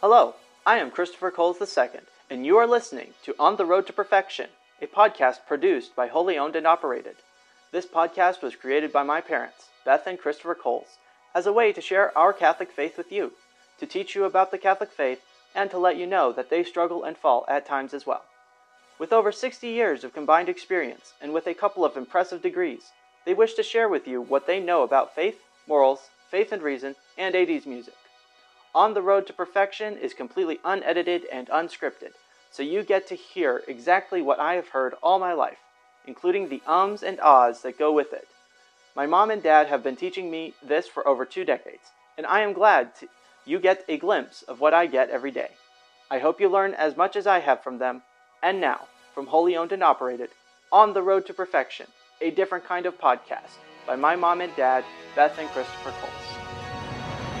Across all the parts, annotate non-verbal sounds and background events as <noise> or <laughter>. Hello, I am Christopher Coles II, and you are listening to On the Road to Perfection, a podcast produced by Wholly Owned and Operated. This podcast was created by my parents, Beth and Christopher Coles, as a way to share our Catholic faith with you, to teach you about the Catholic faith, and to let you know that they struggle and fall at times as well. With over 60 years of combined experience and with a couple of impressive degrees, they wish to share with you what they know about faith, morals, faith and reason, and 80s music. On the Road to Perfection is completely unedited and unscripted, so you get to hear exactly what I have heard all my life, including the ums and ahs that go with it. My mom and dad have been teaching me this for over two decades, and I am glad to, you get a glimpse of what I get every day. I hope you learn as much as I have from them. And now, from Wholly Owned and Operated, On the Road to Perfection, a different kind of podcast by my mom and dad, Beth and Christopher Coles.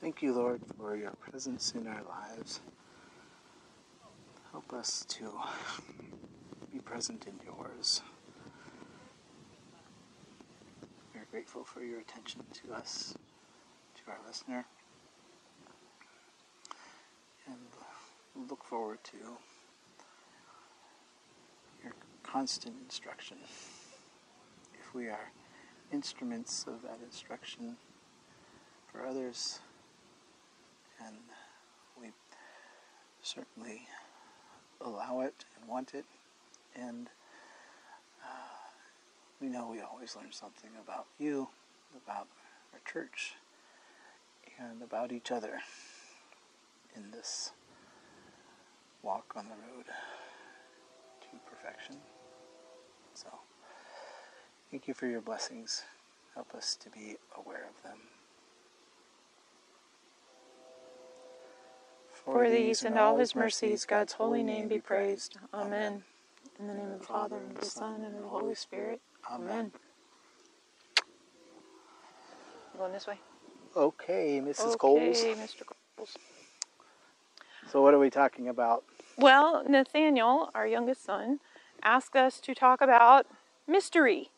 Thank you, Lord, for your presence in our lives. Help us to be present in yours. We are grateful for your attention to us, to our listener, and look forward to your constant instruction. If we are instruments of that instruction for others, and we certainly allow it and want it. And uh, we know we always learn something about you, about our church, and about each other in this walk on the road to perfection. So, thank you for your blessings. Help us to be aware of them. For these and all his mercies, God's holy name be praised. Amen. In the name of the Father, and of the Son, and of the Holy Spirit. Amen. You Going this way? Okay, Mrs. okay, Coles. Mr. Coles. So what are we talking about? Well, Nathaniel, our youngest son, asked us to talk about mystery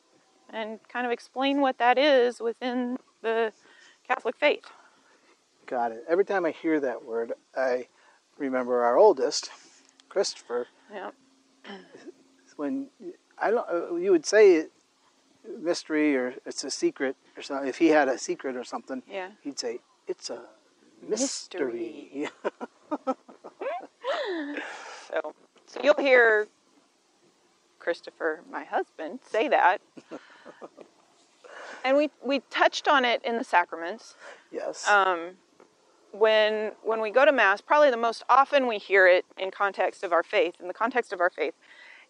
and kind of explain what that is within the Catholic faith. Got it. Every time I hear that word, I remember our oldest, Christopher. Yeah. When I don't, uh, you would say it, mystery or it's a secret or something. If he had a secret or something, Yeah. he'd say it's a mystery. <laughs> Mystery. So, so you'll hear Christopher, my husband, say that. and we, we touched on it in the sacraments. yes. Um, when, when we go to Mass, probably the most often we hear it in context of our faith, in the context of our faith,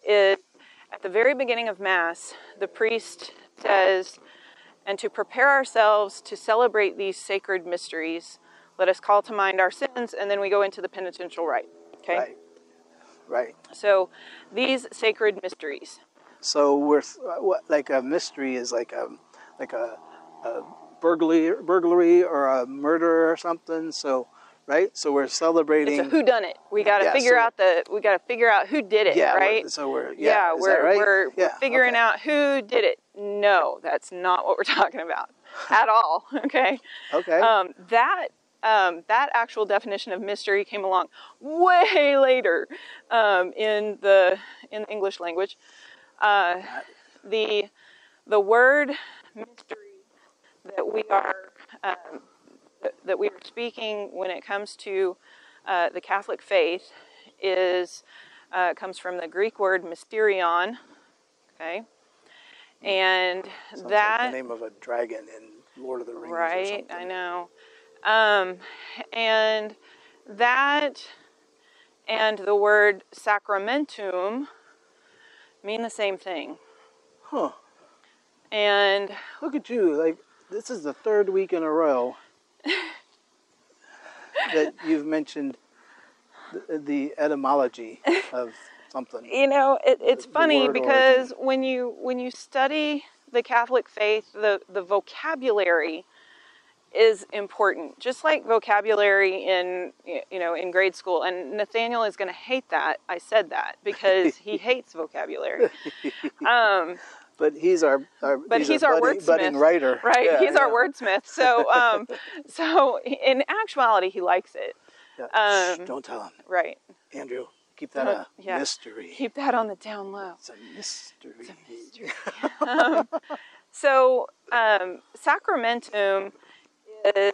is at the very beginning of Mass, the priest says, and to prepare ourselves to celebrate these sacred mysteries, let us call to mind our sins, and then we go into the penitential rite. Okay? Right. Right. So, these sacred mysteries. So we're th- uh, what, like a mystery is like a like a, a burglary burglary or a murder or something. So right. So we're celebrating. It's a who done it. We got to Yeah, figure so- out the we got to figure out who did it, yeah. we're- right? so we're yeah, yeah. is that we're, right? we're, we're Yeah, figuring okay. out who did it. No, that's not what we're <laughs> talking about at all. Okay. Okay. Um, that um, that actual definition of mystery came along way later um, in the in the English language. Uh, the the word mystery that we are um, that- that we are speaking when it comes to uh, the Catholic faith is uh, comes from the Greek word mysterion, okay, and Hmm. Sounds that like the name of a dragon in Lord of the Rings. or right i something. know um, and that and the word sacramentum mean the same thing Huh. and Look at you. Like this is the third week in a <laughs> row that you've mentioned the, the etymology of something. you know it, it's The- the funny word because when you when you study the catholic faith the the vocabulary is important, just like vocabulary in you know in grade school. And Nathaniel is going to hate that I said that because <laughs> he hates vocabulary. Um, But he's our, our but he's, our our budding, wordsmith, budding writer, right? Yeah, he's our yeah, wordsmith. So, <laughs> um, so in actuality, he likes it, yeah. Shh, um, don't tell him, right? Andrew. Keep that Don't- a yeah. mystery. Keep that on the down low. it's a mystery. So, um, sacramentum is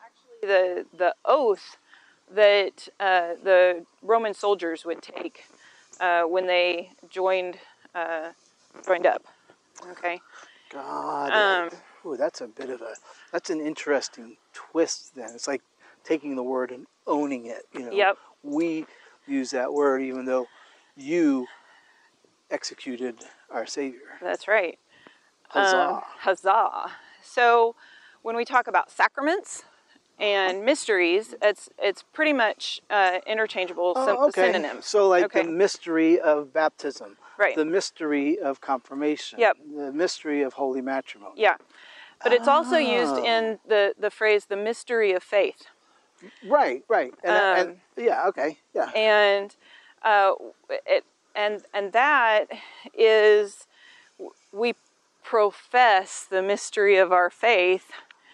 actually the the oath that uh, the Roman soldiers would take uh, when they joined uh, joined up. Okay. God, Um, ooh, that's a bit of a that's an interesting twist. Then it's like taking the word and owning it. You know, Yep. we use that word even though you executed our Savior. That's right. Huzzah! Um, huzzah. So when we talk about sacraments and mysteries, it's it's pretty much uh, interchangeable syn- Oh, okay. synonyms. So, like okay. the mystery of baptism, Right. The mystery of confirmation, Yep. The mystery of holy matrimony. yeah. But it's also used Oh. in the, the phrase the mystery of faith. Right, right. And, Um, and yeah, okay, yeah. and uh, it, and and that is we profess the mystery of our faith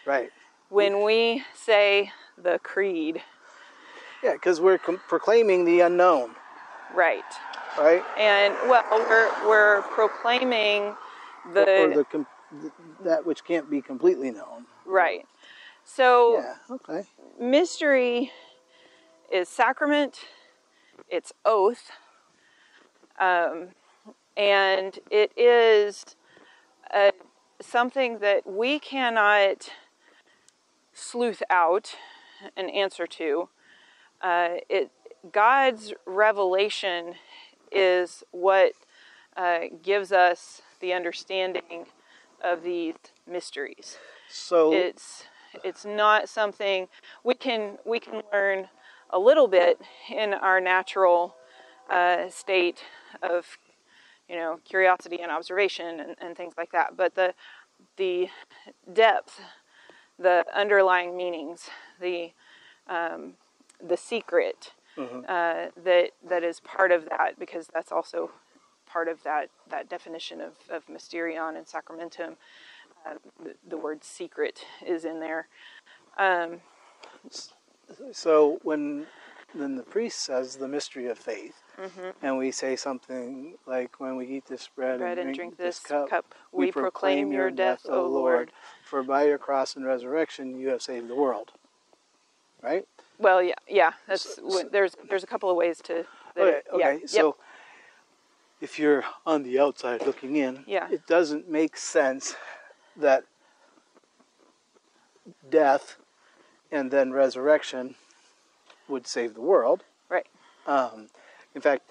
right. when we say the creed Yeah, because we're com- proclaiming the unknown, right right? and well we're, we're proclaiming or the, the com- th- that which can't be completely known. right so Yeah. Okay. mystery is sacrament, it's oath, um, and it is uh something that we cannot sleuth out an answer to. Uh, it God's revelation is what uh, gives us the understanding of these mysteries So it's it's not something we can we can learn a little bit in our natural uh, state of you know curiosity and observation and, and things like that but the the depth the underlying meanings the um, the secret uh, that that is part of that because that's also part of that that definition of, of mysterion and sacramentum the, the word secret is in there. Um, so when then the priest says the mystery of faith, Mm-hmm. and we say something like, "When we eat this bread, Bread and, drink this cup, we proclaim your death, O Lord." For by your cross and resurrection, you have saved the world." Right. well, yeah, yeah. That's what- there's there's a couple of ways to. that Okay, it- yeah, okay. yep, So if you're on the outside looking in, Yeah. it doesn't make sense that death and then resurrection would save the world. right, Um, in fact,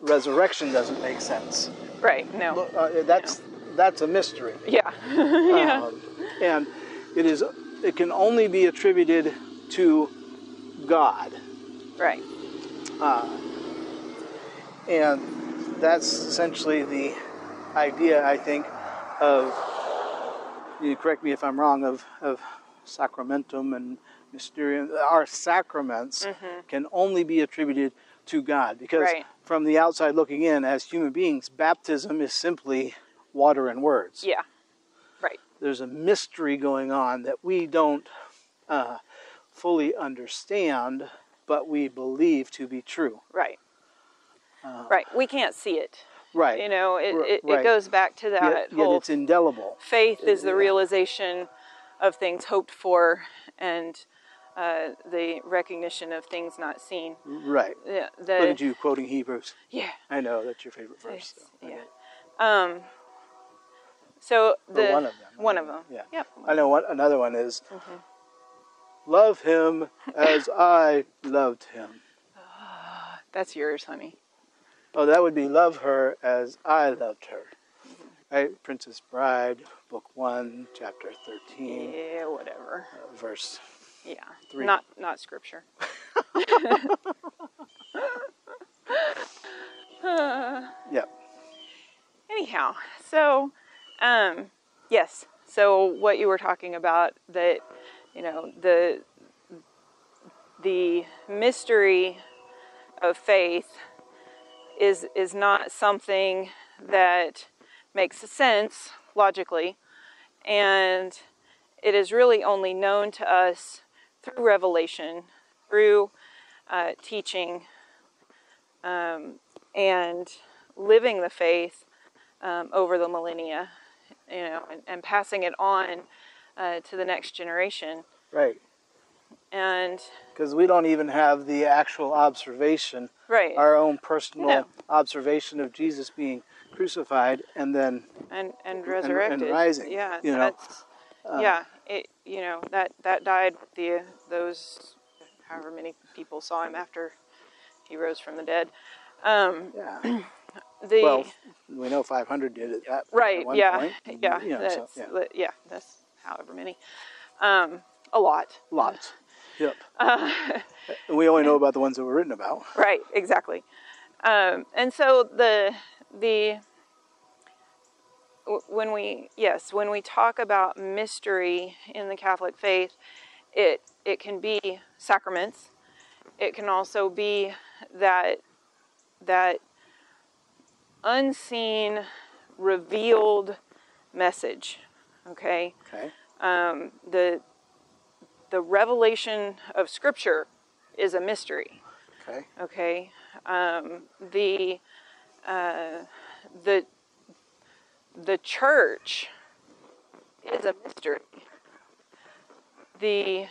resurrection doesn't make sense. right. No, Look, uh, that's that's a mystery. yeah, <laughs> Um, and it is it can only be attributed to God. right, And that's essentially the idea, I think, of, you correct me if I'm wrong, of, of sacramentum and mysterium. Our sacraments can only be attributed to God because Mm-hmm. Right. from the outside looking in, as human beings, baptism is simply water and words. yeah, right, There's a mystery going on that we don't uh, fully understand, but we believe to be true. right, right. We can't see it. Right. You know, it, Uh, R- it, it right. goes back to that yet, yet whole it's indelible. faith is the realization of things hoped for and uh, the recognition of things not seen. Right. Yeah, Mm. Look the, at you quoting Hebrews. yeah. I know that's your favorite verse. Yes, though. I yeah. know. So the Or one of them. One of them. Yeah. Yep. I know what another one is. Mm-hmm. Love him as I loved him. That's yours, honey. Oh, that would be love her as I loved her. Mm-hmm. Right? Princess Bride, Book 1, Chapter 13, Yeah, whatever. uh, verse. Yeah. Three. Not not scripture. Yep. Anyhow, so um yes. so what you were talking about that you know the the mystery of faith is is not something that makes sense logically and it is really only known to us through revelation through uh, teaching um, and living the faith um, over the millennia you know and, and passing it on uh, to the next generation Right. and Because we don't even have the actual observation, right our own personal No. observation of Jesus being crucified and then and and resurrected rising, yeah you know. Um, that's yeah it you know that that died with the those however many people saw him after he rose from the dead um yeah. the Well, <laughs> we know 500 did at that right at one yeah <laughs> point. and, yeah you know, that's so, yeah. li- yeah, that's however many um a lot Lots. Yep. <laughs> uh, And we only know about the ones that were written about. right exactly um, and so the the w- when we yes when we talk about mystery in the catholic faith it it can be sacraments it can also be that that unseen revealed message okay Okay. um, the the revelation of scripture is a mystery Okay. okay um, the uh, the the church is a mystery the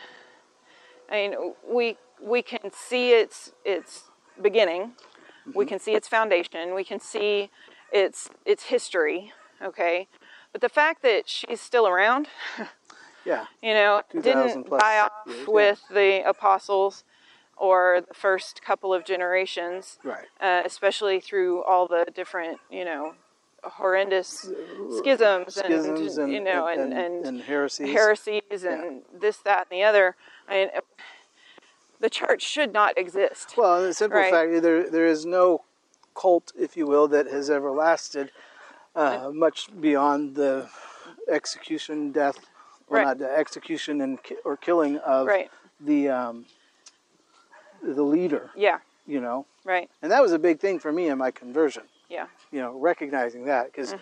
i mean we we can see its its beginning we can see its foundation we can see its its history okay but the fact that she's still around Yeah. you know, 2,000 didn't plus die off years, yeah. with the apostles or the first couple of generations, Right. uh, especially through all the different, you know, horrendous schisms, Schisms and, and uh, you know and, and, and heresies. heresies and this, that, and the other. I mean, the church should not exist. Well, the simple Right. fact there there is no cult, if you will, that has ever lasted uh, much beyond the execution, death, well, Right. not the execution and ki- or killing of Right. the um, the leader. yeah. You know, Right. and that was a big thing for me in my conversion. Yeah. You know, recognizing that because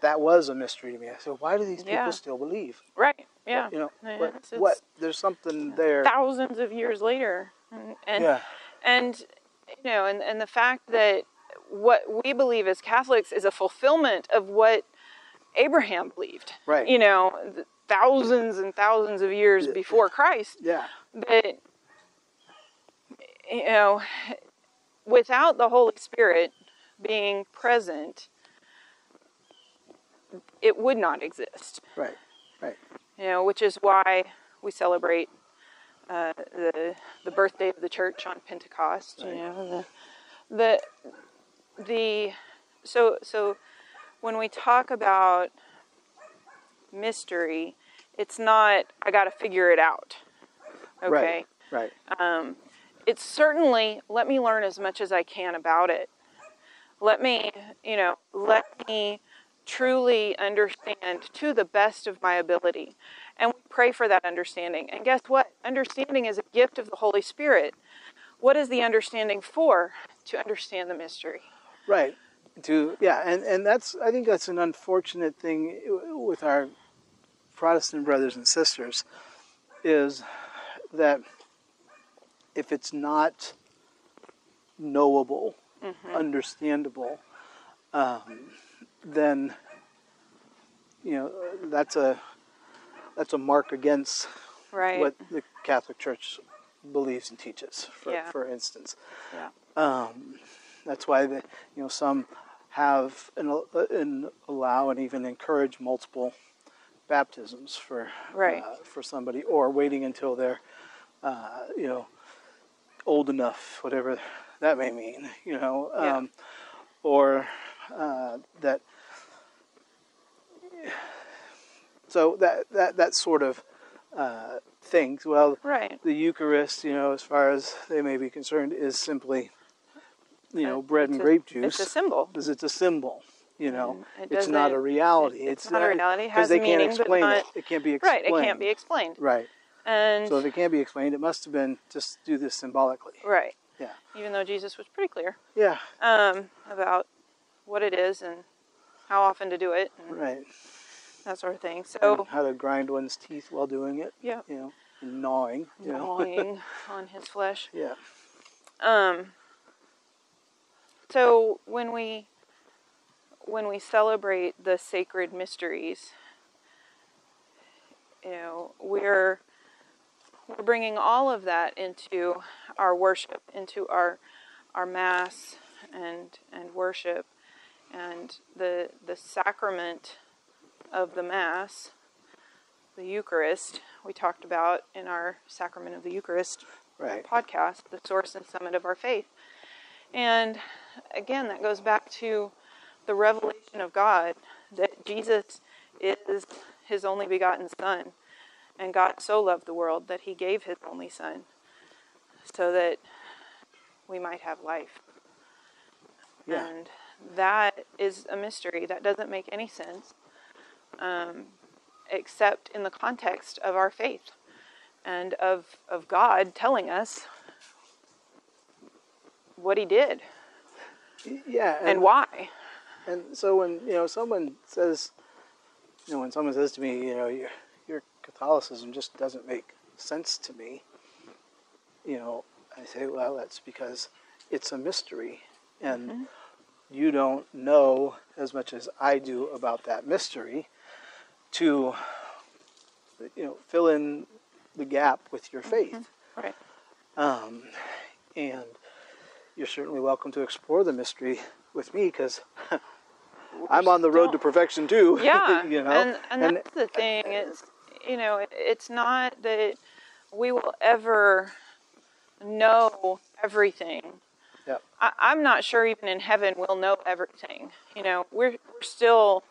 that was a mystery to me. I said, why do these people Mm-hmm. Yeah. still believe? Right. Yeah. You know, Yeah, what, it's- what? it's- There's something there. thousands of years later and and, Yeah. and you know and, and the fact that what we believe as catholics is a fulfillment of what abraham believed Right. you know th- thousands and thousands of years before christ Yeah. that you know without the holy spirit being present it would not exist Right. Right. you know, which is why we celebrate uh, the the birthday of the church on Pentecost. You Right. know, the the the so so when we talk about mystery, it's not I got to figure it out. Okay, Right. Right. it's certainly let me learn as much as I can about it. Let me, you know, let me truly understand to the best of my ability. And we pray for that understanding. And guess what? Understanding is a gift of the Holy Spirit. What is the understanding for? To understand the mystery. right to yeah and and that's i think that's an unfortunate thing with our protestant brothers and sisters is that if it's not knowable Mm-hmm. understandable um, then you know that's a that's a mark against Right. what the catholic church believes and teaches for, Yeah. for instance Yeah. that's why the, you know some have and, al- and allow and even encourage multiple baptisms for Right. uh, for somebody, or waiting until they're uh, you know old enough, whatever that may mean, you know, Yeah. um, or uh, that. So that that that sort of uh, things. Well, Right. the Eucharist, you know, as far as they may be concerned, is simply, you know, Uh, bread it's and a- grape It's juice a symbol. Mm, because it's a symbol, You know, it it's not doesn't- a reality. it's not a reality. It because has they a can't meaning, but explain not- it. It can't be Right, explained. it can't be Mm. explained. Right. And So if it can't be explained, it must have been just do this symbolically. right, Yeah. even though Jesus was pretty clear Yeah. um, about what it is and how often to do it and Right. that sort of thing. And So how to grind one's teeth while doing it. yeah, You know, and gnawing. You know. gnawing on his flesh. Yeah. Um, so when we when we celebrate the sacred mysteries, you know, we're we're bringing all of that into our worship, into our our mass and and worship, and the the sacrament of the mass, the Eucharist. We talked about in our sacrament of the Eucharist Right. podcast, the source and summit of our faith. And again, that goes back to the revelation of God that Jesus is his only begotten Son. And God so loved the world that he gave his only Son so that we might have life. Yeah. And that is a mystery. That doesn't make any sense um, except in the context of our faith and of, of God telling us what he did Yeah. and, why. And so when you know someone says, you know, when someone says to me, you know, your your Catholicism just doesn't make sense to me. You know, I say, well, that's because it's a mystery, and you don't know as much as I do about that mystery to, you know, fill in the gap with your faith. Right. Um, and you're certainly welcome to explore the mystery with me because I'm on the road to still- perfection too. <laughs> Yeah. you know, and, and, that's the thing. It's, you know, it, it's not that we will ever know everything. yeah, I, I'm not sure even in heaven we'll know everything. You know, we're, we're still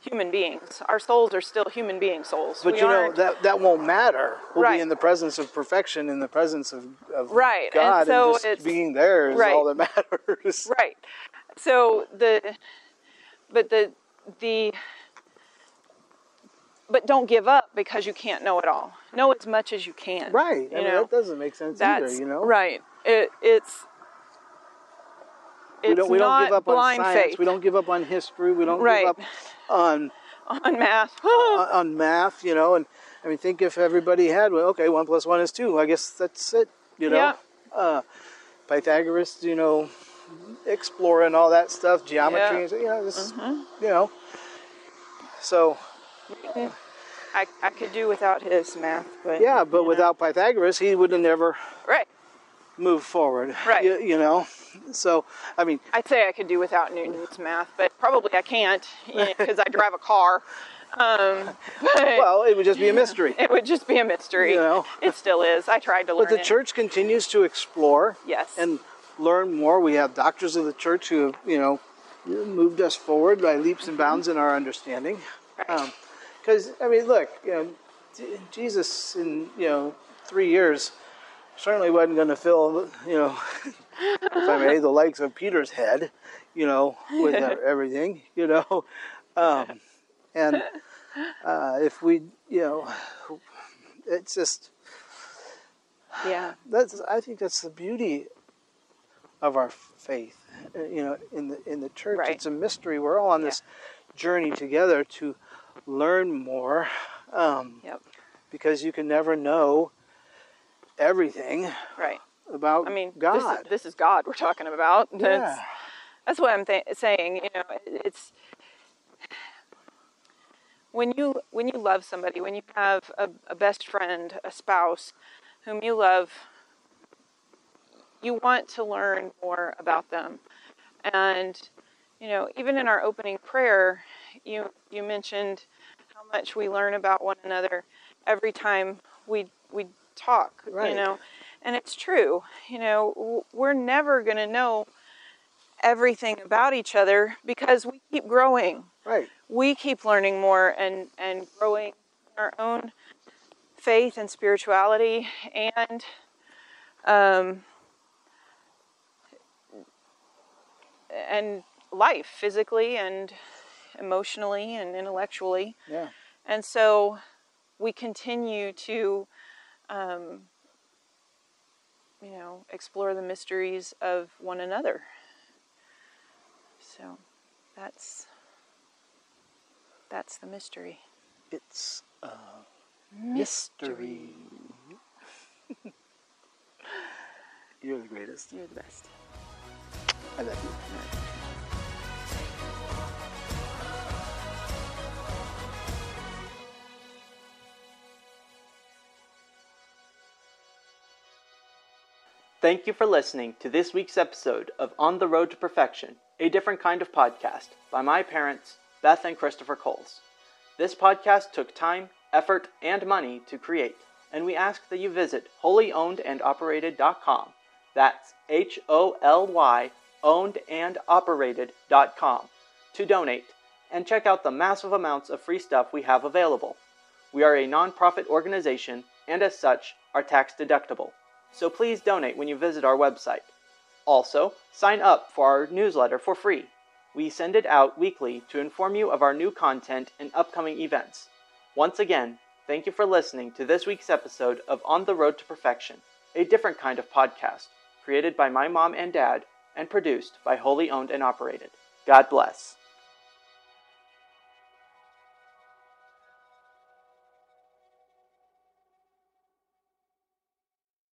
human beings. Our souls are still human being souls. but We you know aren't- that that won't matter. We'll Right. be in the presence of perfection, in the presence of, of Right, and God, and, so just it's- being there is all right. that <laughs> matters. Right. So the, but the the, but don't give up because you can't know it all. Know as much as you can. Right. You I mean, know that doesn't make sense that's either. You know, right. It it's. It's We don't we not don't give up on blind science. faith We don't give up on history. We don't Right. give up on <laughs> on math. on- on math, you know, and I mean, think if everybody had, well, okay, one plus one is two. I guess that's it, you know. Yeah. Uh, Pythagoras, you know, exploring all that stuff, geometry, Yeah. and Mm-hmm. so, you know, this, you know. So <laughs> I, I could do without his math, but yeah, but you know. without Pythagoras, he would have never right. moved forward, Right. You, you know. So I mean, I'd say I could do without Newton's math, but probably <laughs> I can't because I drive a car. Um, <laughs> but- well, it would just be a mystery. It would just be a mystery. You know? It still is. I tried to learn But the it. church continues to explore. Yes. And learn more. We have doctors of the church who have, you know, moved us forward by leaps and bounds in our understanding. Mm-hmm. Right. Because, I mean, look, you know, J- Jesus in, you know, three years certainly wasn't going to fill, you know, <laughs> if I may, the likes of Peter's head, you know, <laughs> with uh, everything, you know. Um, and uh, if we, you know, it's just yeah. that's I think that's the beauty of our faith. uh, You know, in the in the church, Right. it's a mystery. We're all on this journey together to learn more, um, Yep. because you can never know everything Right. about. I mean, God. This, is, this is God we're talking about. That's, yeah, that's what I'm th- saying. You know, it- it's when you when you love somebody, when you have a, a best friend, a spouse, whom you love, you want to learn more about them, and you know, even in our opening prayer, you you mentioned how much we learn about one another every time we we talk. Right. You know, and it's true. You know, w- we're never going to know everything about each other because we keep growing right. we keep learning more and, and growing in our own faith and spirituality and um, and life physically and emotionally and intellectually. Yeah. And so we continue to, um, you know, explore the mysteries of one another. So that's that's the mystery. It's a Mystery. <laughs> You're the greatest. You're the best. I love you. Thank you for listening to this week's episode of On the Road to Perfection, a different kind of podcast by my parents, Beth and Christopher Coles. This podcast took time, effort, and money to create, and we ask that you visit wholyownedandoperated.com. That's H O L Y ownedandoperated.com to donate and check out the massive amounts of free stuff we have available. We are a nonprofit organization and, as such, are tax deductible. So please donate when you visit our website. Also, sign up for our newsletter for free. We send it out weekly to inform you of our new content and upcoming events. Once again, thank you for listening to this week's episode of On the Road to Perfection, a different kind of podcast created by my mom and dad and produced by Wholly Owned and Operated. God bless.